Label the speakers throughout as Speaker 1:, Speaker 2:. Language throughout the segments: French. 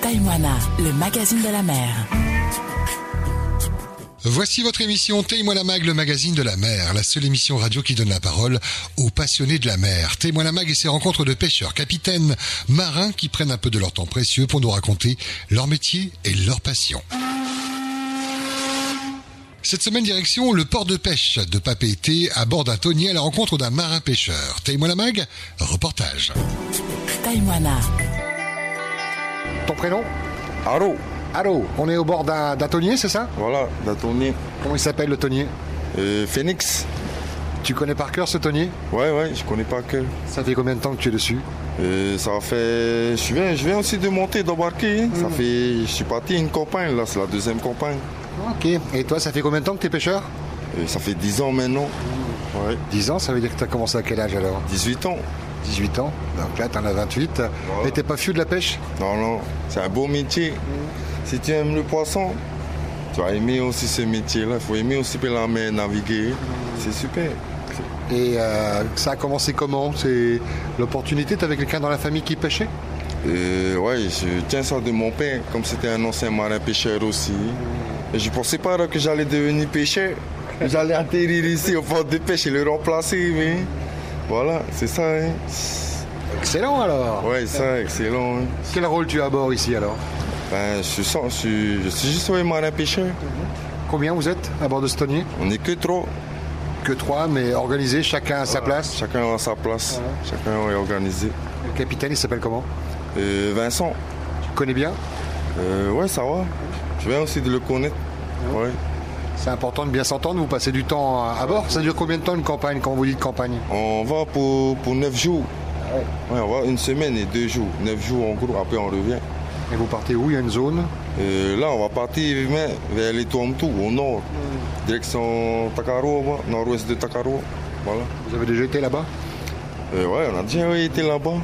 Speaker 1: Taïwana, le magazine de la mer.
Speaker 2: Voici votre émission Témoin la Mag, le magazine de la mer, la seule émission radio qui donne la parole aux passionnés de la mer. Témoin la Mag et ses rencontres de pêcheurs, capitaines, marins qui prennent un peu de leur temps précieux pour nous raconter leur métier et leur passion. Cette semaine, direction le port de pêche de Papeete à bord d'un tonnier à la rencontre d'un marin pêcheur. Témoin la Mag, reportage.
Speaker 1: Taïwana,
Speaker 2: Ton prénom
Speaker 3: Allô
Speaker 2: Allô, on est au bord d'un d'un tonnier, c'est ça
Speaker 3: Voilà, la tournée
Speaker 2: Comment il s'appelle le tonnier
Speaker 3: euh, Phoenix.
Speaker 2: Tu connais par cœur ce tonnier
Speaker 3: Ouais, ouais, je connais pas que.
Speaker 2: Ça fait combien de temps que tu es dessus
Speaker 3: Euh, ça fait. Je viens, je viens aussi de monter, d'embarquer. hein. Ça fait. Je suis parti une campagne, là, c'est la deuxième campagne.
Speaker 2: Ok. Et toi, ça fait combien de temps que t'es pêcheur
Speaker 3: Euh, ça fait 10 ans maintenant. Ouais,
Speaker 2: 10 ans, ça veut dire que t'as commencé à quel âge alors
Speaker 3: 18 ans.
Speaker 2: 18 ans. Donc là, t'en as 28. Et t'es pas fiu de la pêche
Speaker 3: Non, non, c'est un beau métier. Si tu aimes le poisson, tu vas aimer aussi ce métier-là. Il faut aimer aussi la mer, naviguer. C'est super.
Speaker 2: Et euh, ça a commencé comment C'est l'opportunité T'avais quelqu'un dans la famille qui pêchait
Speaker 3: Euh, ouais, je tiens ça de mon père, comme c'était un ancien marin pêcheur aussi. Et je pensais pas là, que j'allais devenir pêcheur. J'allais atterrir ici au port de pêche et le remplacer, mais voilà, c'est ça. hein.
Speaker 2: Excellent alors
Speaker 3: Ouais, ça, excellent. hein.
Speaker 2: Quel rôle tu as à bord ici alors
Speaker 3: Ben, je, sens, je, suis- je suis juste un marin pêcheur.
Speaker 2: Combien vous êtes à bord de ce tonnier
Speaker 3: On n'est que trop.
Speaker 2: Que trois, mais organisés, chacun à sa place.
Speaker 3: Chacun a sa place, chacun est organisé.
Speaker 2: Le capitaine, il s'appelle comment
Speaker 3: Euh, Vincent,
Speaker 2: Tu le connais bien
Speaker 3: euh, ouais, ça va. Je viens aussi de le connaître. Ouais.
Speaker 2: C'est important de bien s'entendre, vous passez du temps à à bord. Ça dure combien de temps une campagne quand vous dites campagne
Speaker 3: On va pour, pour 9 jours. Ouais, on va une semaine et deux jours. 9 jours en gros, après on revient.
Speaker 2: Et vous partez où Il y a une zone
Speaker 3: Euh, là, on va partir mais, vers les Tuamtu, au nord. Direction Takaro, moi, nord-ouest de Takaro. Voilà.
Speaker 2: Vous avez déjà été là-bas
Speaker 3: Euh, ouais, on a déjà ouais, été là-bas.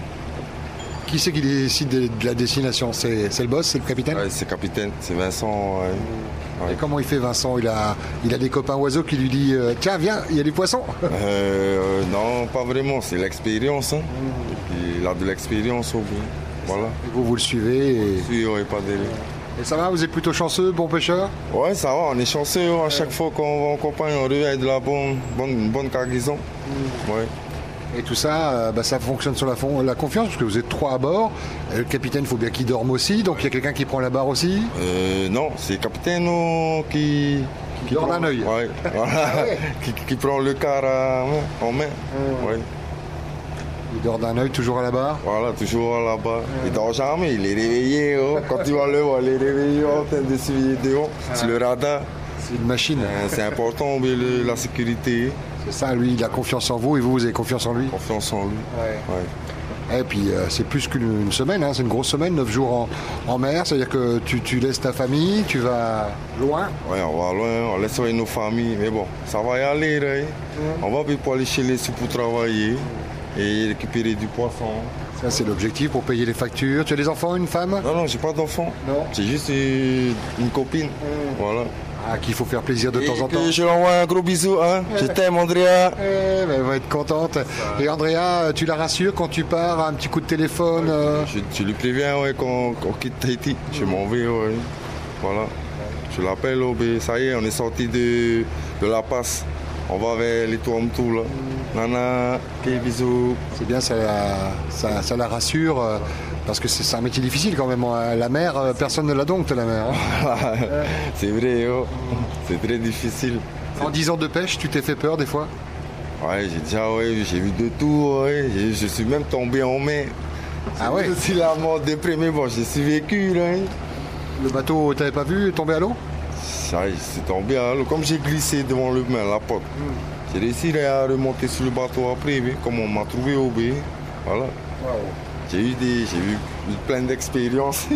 Speaker 2: Qui c'est qui décide de de la destination C'est c'est le boss, c'est le capitaine
Speaker 3: Ouais, c'est capitaine, c'est Vincent. ouais.
Speaker 2: Et comment il fait Vincent il a, il a des copains oiseaux qui lui disent euh, Tiens, viens, il y a du poisson
Speaker 3: Euh, euh, non, pas vraiment, c'est l'expérience. hein. Et puis, il a de l'expérience au bout. Voilà.
Speaker 2: Et Vous, vous le suivez. Et,
Speaker 3: Oui, ouais, pas délire.
Speaker 2: et ça va Vous êtes plutôt chanceux, bon pêcheur
Speaker 3: Ouais, ça va, on est chanceux hein, à chaque fois qu'on va en campagne, on revient avec de la bonne, bonne, une bonne cargaison. Ouais.
Speaker 2: Et tout ça, euh, bah, ça fonctionne sur la, fon- la confiance, parce que vous êtes trois à bord. Et le capitaine, il faut bien qu'il dorme aussi, donc il y a quelqu'un qui prend la barre aussi.
Speaker 3: Euh, non, c'est le capitaine non, qui.
Speaker 2: Qui donne
Speaker 3: prend-
Speaker 2: un œil.
Speaker 3: Ouais, voilà. qui, qui prend le car à- en main. Ouais.
Speaker 2: Il dort d'un œil, toujours à la barre.
Speaker 3: Voilà, toujours là-bas. Il dort jamais, il est réveillé. oh. Quand tu vas le voir, il est réveillé oh, en train de surveiller dehors. C'est le radar.
Speaker 2: C'est une machine.
Speaker 3: Euh, C'est important, mais le- la sécurité.
Speaker 2: C'est ça, lui, il a confiance en vous, et vous, vous avez confiance en lui.
Speaker 3: Confiance en lui. Ouais.
Speaker 2: Et puis, euh, c'est plus qu'une une semaine, hein, c'est une grosse semaine, 9 jours en, en mer, c'est-à-dire que tu, tu laisses ta famille, tu vas loin.
Speaker 3: Ouais, on va loin, on laisse avec nos familles, mais bon, ça va y aller. là, hein. On va plus pour aller chez les sous pour travailler et récupérer du poisson.
Speaker 2: Ça, c'est l'objectif pour payer les factures. Tu as des enfants, une femme
Speaker 3: Non, non, j'ai pas d'enfant.
Speaker 2: Non.
Speaker 3: J'ai juste euh, une copine. Voilà.
Speaker 2: À qui il faut faire plaisir de
Speaker 3: Et
Speaker 2: temps en
Speaker 3: que
Speaker 2: temps.
Speaker 3: Je lui envoie un gros bisou. Hein. Je t'aime, Andrea.
Speaker 2: Eh, ben, elle va être contente. Et Andrea, tu la rassures quand tu pars, un petit coup de téléphone. euh,
Speaker 3: Je, tu lui préviens ouais, qu'on qu'on quitte Tahiti. Je m'en vais. ouais. Voilà. Je l'appelle. oh, ben, ça y est, on est sorti de, de La Passe. On va vers les Tuamtu. Là.
Speaker 2: Mm.
Speaker 3: Nana, des bisous.
Speaker 2: C'est bien, ça, la- ça, ça la rassure. euh, Parce que c'est c'est un métier difficile quand même. hein. La mer, euh, personne ne l'a donc, la mer. hein.
Speaker 3: C'est vrai, oh. c'est très difficile.
Speaker 2: En 10 ans de pêche, tu t'es fait peur des fois
Speaker 3: Ouais, j'ai déjà, ouais, j'ai vu de tout, ouais. J'ai- je suis même tombé en mer.
Speaker 2: Ah ouais
Speaker 3: Je suis la mort déprimée, bon, j'ai survécu, là. hein.
Speaker 2: Le bateau, t'avais pas vu tomber à l'eau
Speaker 3: Ça, y est, c'est tombé à l'eau. Comme j'ai glissé devant le main, la porte,
Speaker 2: Hmm.
Speaker 3: j'ai réussi là, à remonter sur le bateau après, mais comme on m'a trouvé au B. Voilà. J'ai eu des, j'ai eu plein d'expériences.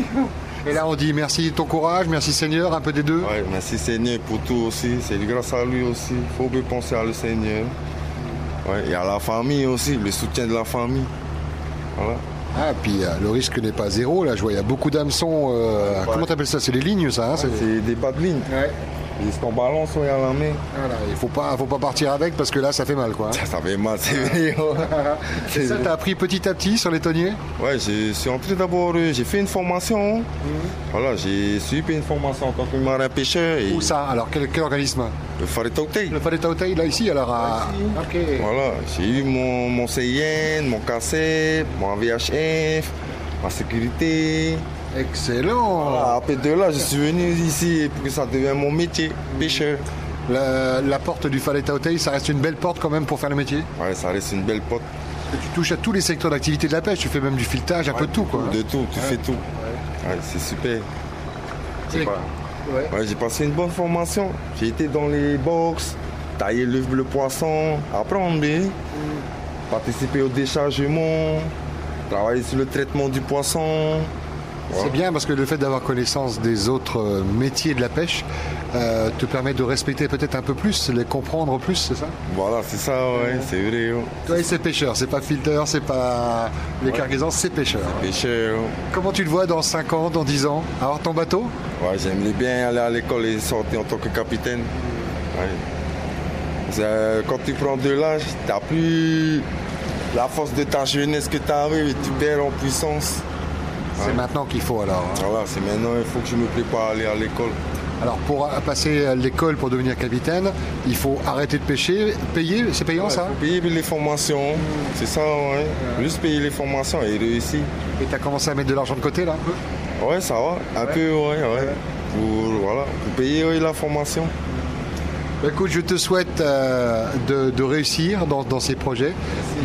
Speaker 2: Et là, on dit merci de ton courage, merci Seigneur, un peu des deux.
Speaker 3: Ouais, merci Seigneur pour tout aussi. C'est grâce à lui aussi. Il faut bien penser à le Seigneur. Ouais, et à la famille aussi, le soutien de la famille. Voilà.
Speaker 2: Ah, puis euh, le risque n'est pas zéro. Là, je vois, il y a beaucoup d'hameçons. euh, Comment t'appelles ça C'est des lignes, ça hein, c'est-
Speaker 3: C'est des bas de ligne.
Speaker 2: Ouais.
Speaker 3: Juste en balance, ouais, à la main. Ah,
Speaker 2: Voilà, il faut pas, faut pas partir avec parce que là, ça fait mal, quoi. hein.
Speaker 3: Ça, ça fait mal, c'est vrai.
Speaker 2: Et ça, t'as appris petit à petit sur les tonniers
Speaker 3: Ouais, je suis entré d'abord, euh, j'ai fait une formation. Voilà, j'ai suivi une formation en tant que marin pêcheur. Et
Speaker 2: Où ça Alors, quel, quel organisme
Speaker 3: Le Faritauté.
Speaker 2: Le Palais Taotei, là, ici, alors à... Ok.
Speaker 3: Voilà, j'ai eu mon, mon CIN, mon KCEP, mon VHF, ma sécurité. Voilà,
Speaker 2: Excellent
Speaker 3: Ah, après de là, je suis venu ici pour que ça devienne mon métier, pêcheur.
Speaker 2: la, la porte du Palais Taotei, ça reste une belle porte quand même pour faire le métier
Speaker 3: Ouais, ça reste une belle pote.
Speaker 2: Tu touches à tous les secteurs d'activité de la pêche, tu fais même du filetage, un peu de tout, quoi. hein.
Speaker 3: De tout, tu fais tout. Ouais, c'est super. Je sais pas.
Speaker 2: Ouais.
Speaker 3: Ouais, j'ai passé une bonne formation. J'ai été dans les box, tailler l'œuf, le poisson, apprendre, mais participer au déchargement, travailler sur le traitement du poisson.
Speaker 2: C'est bien parce que le fait d'avoir connaissance des autres euh, métiers de la pêche euh, te permet de respecter peut-être un peu plus, les comprendre plus, c'est ça
Speaker 3: Voilà, c'est ça, ouais, c'est vrai. ouais.
Speaker 2: Toi, c'est pêcheur, c'est pas filter, c'est pas les cargaisons, c'est pêcheur.
Speaker 3: Pêcheur.
Speaker 2: Comment tu le vois dans 5 ans, dans 10 ans Avoir ton bateau
Speaker 3: Ouais, j'aimerais bien aller à l'école et sortir en tant que capitaine. Ouais. Ça, Quand tu prends de l'âge, t'as plus la force de ta jeunesse que t'avais et tu perds en puissance.
Speaker 2: C'est maintenant qu'il faut alors. hein.
Speaker 3: Voilà, c'est maintenant, il faut que je me prépare à aller à l'école.
Speaker 2: Alors pour euh, passer à l'école pour devenir capitaine, il faut arrêter de pêcher, payer, c'est payant ça
Speaker 3: Faut payer les formations, hein. c'est ça, ouais. Juste payer les formations et réussir.
Speaker 2: Et t'as commencé à mettre de l'argent de côté là
Speaker 3: Ouais, ça va, un peu, ouais, ouais. Pour, voilà, pour payer ouais, la formation.
Speaker 2: Bah, Écoute, je te souhaite euh, de, de réussir dans, dans ces projets,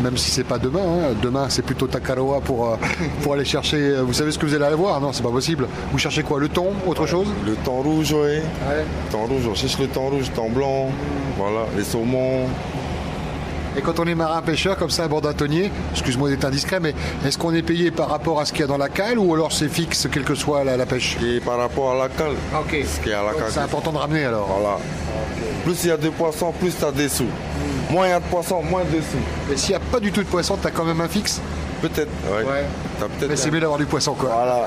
Speaker 2: même si c'est pas demain. hein. Demain, c'est plutôt Takaroa pour, euh, pour aller chercher. euh, Vous savez ce que vous allez aller voir Non, c'est pas possible. Vous cherchez quoi Le thon Autre chose
Speaker 3: Le temps rouge, ouais. Le temps rouge, on cherche le temps rouge, le temps blanc, voilà, les saumons.
Speaker 2: Et quand on est marin-pêcheur, comme ça, à bord d'un tonnier, excuse-moi d'être indiscret, mais est-ce qu'on est payé par rapport à ce qu'il y a dans la cale ou alors c'est fixe, quelle que soit la, la pêche
Speaker 3: Et par rapport à la cale,
Speaker 2: Ah, Ok.
Speaker 3: ce qui est à la
Speaker 2: Donc, C'est
Speaker 3: cale.
Speaker 2: important de ramener alors.
Speaker 3: Voilà. Plus il y a de poissons, plus tu as des sous. Moins il y a de poissons, moins de sous.
Speaker 2: Et s'il n'y a pas du tout de poisson, t'as quand même un fixe
Speaker 3: Peut-être, ouais.
Speaker 2: Ouais.
Speaker 3: T'as
Speaker 2: Mais c'est
Speaker 3: peut-être.
Speaker 2: mieux d'avoir du poisson quoi.
Speaker 3: Voilà.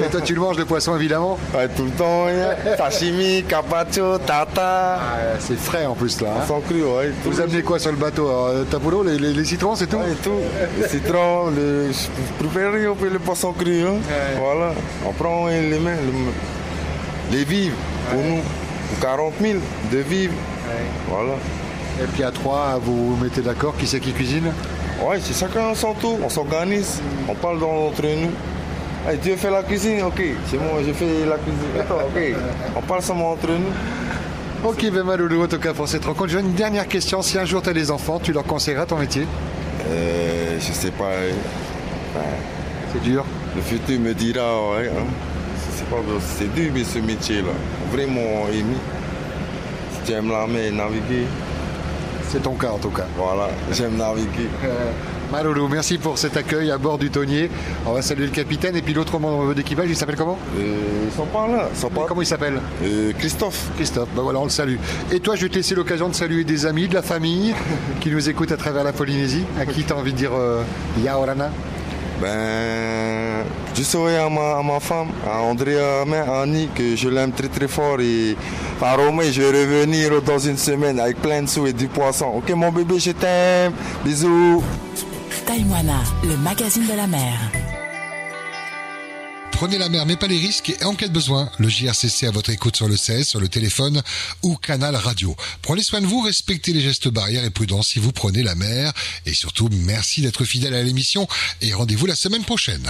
Speaker 2: Et toi, tu le manges le poisson évidemment
Speaker 3: Ouais, tout le temps, ouais. sashimi, carpaccio, tata.
Speaker 2: C'est frais en plus là. hein.
Speaker 3: Sans cru, ouais. tout.
Speaker 2: Vous amenez quoi sur le bateau alors, euh, Tapolo, les, les- les citrons, c'est tout
Speaker 3: Ouais, tout. Le citron, le préféré, on peut le poisson cru. hein. Voilà. On prend ouais, les mains, le- les vives pour nous. Pour 40 000 de vives. Voilà.
Speaker 2: Et puis à trois, vous vous mettez d'accord, qui c'est qui cuisine
Speaker 3: Ouais, c'est chacun son tour, on s'organise, on parle dans- entre nous. Hey, Dieu fait la cuisine, ok. C'est moi, je fais la cuisine. Et toi, ok. On parle seulement entre nous.
Speaker 2: Ok, Bema Loulou, en tout cas pour cette rencontre. J'ai une dernière question. Si un jour tu as des enfants, tu leur conseilleras ton métier
Speaker 3: Euh, je sais pas. euh,
Speaker 2: C'est dur.
Speaker 3: Le futur me dira, ouais. hein. Je sais pas, bro, c'est dur mais ce métier-là. Vraiment, Amy. Si tu aimes la mer, naviguer.
Speaker 2: C'est ton cas en tout cas.
Speaker 3: Voilà, j'aime naviguer.
Speaker 2: Euh, Maloulou, merci pour cet accueil à bord du tonnier. On va saluer le capitaine et puis l'autre membre d'équipage, il s'appelle comment
Speaker 3: Euh, ils sont pas là, ils sont pas
Speaker 2: Comment il s'appelle
Speaker 3: Euh, Christophe.
Speaker 2: Christophe, ben voilà, on le salue. Et toi, je vais te laisser l'occasion de saluer des amis, de la famille qui nous écoutent à travers la Polynésie. À qui t'as envie de dire euh, Yaorana
Speaker 3: Ben, je souhaite à ma, à ma femme, à André, à ma- à Annie, que je l'aime très très fort et à Romain, je vais revenir dans une semaine avec plein de sous et du poisson. Ok mon bébé, je t'aime, bisous.
Speaker 1: Taïwana, le magazine de la mer.
Speaker 2: Prenez la mer, mais pas les risques. Et en cas de besoin, le JRCC à votre écoute sur le 16, sur le téléphone ou canal radio. Prenez soin de vous, respectez les gestes barrières et prudence si vous prenez la mer. Et surtout, merci d'être fidèle à l'émission et rendez-vous la semaine prochaine.